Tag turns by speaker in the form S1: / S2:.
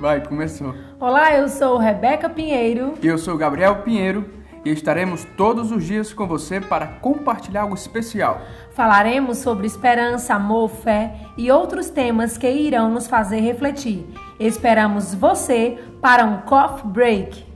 S1: Vai, começou.
S2: Olá, eu sou Rebeca Pinheiro.
S1: E eu sou Gabriel Pinheiro e estaremos todos os dias com você para compartilhar algo especial.
S2: Falaremos sobre esperança, amor, fé e outros temas que irão nos fazer refletir. Esperamos você para um coffee break.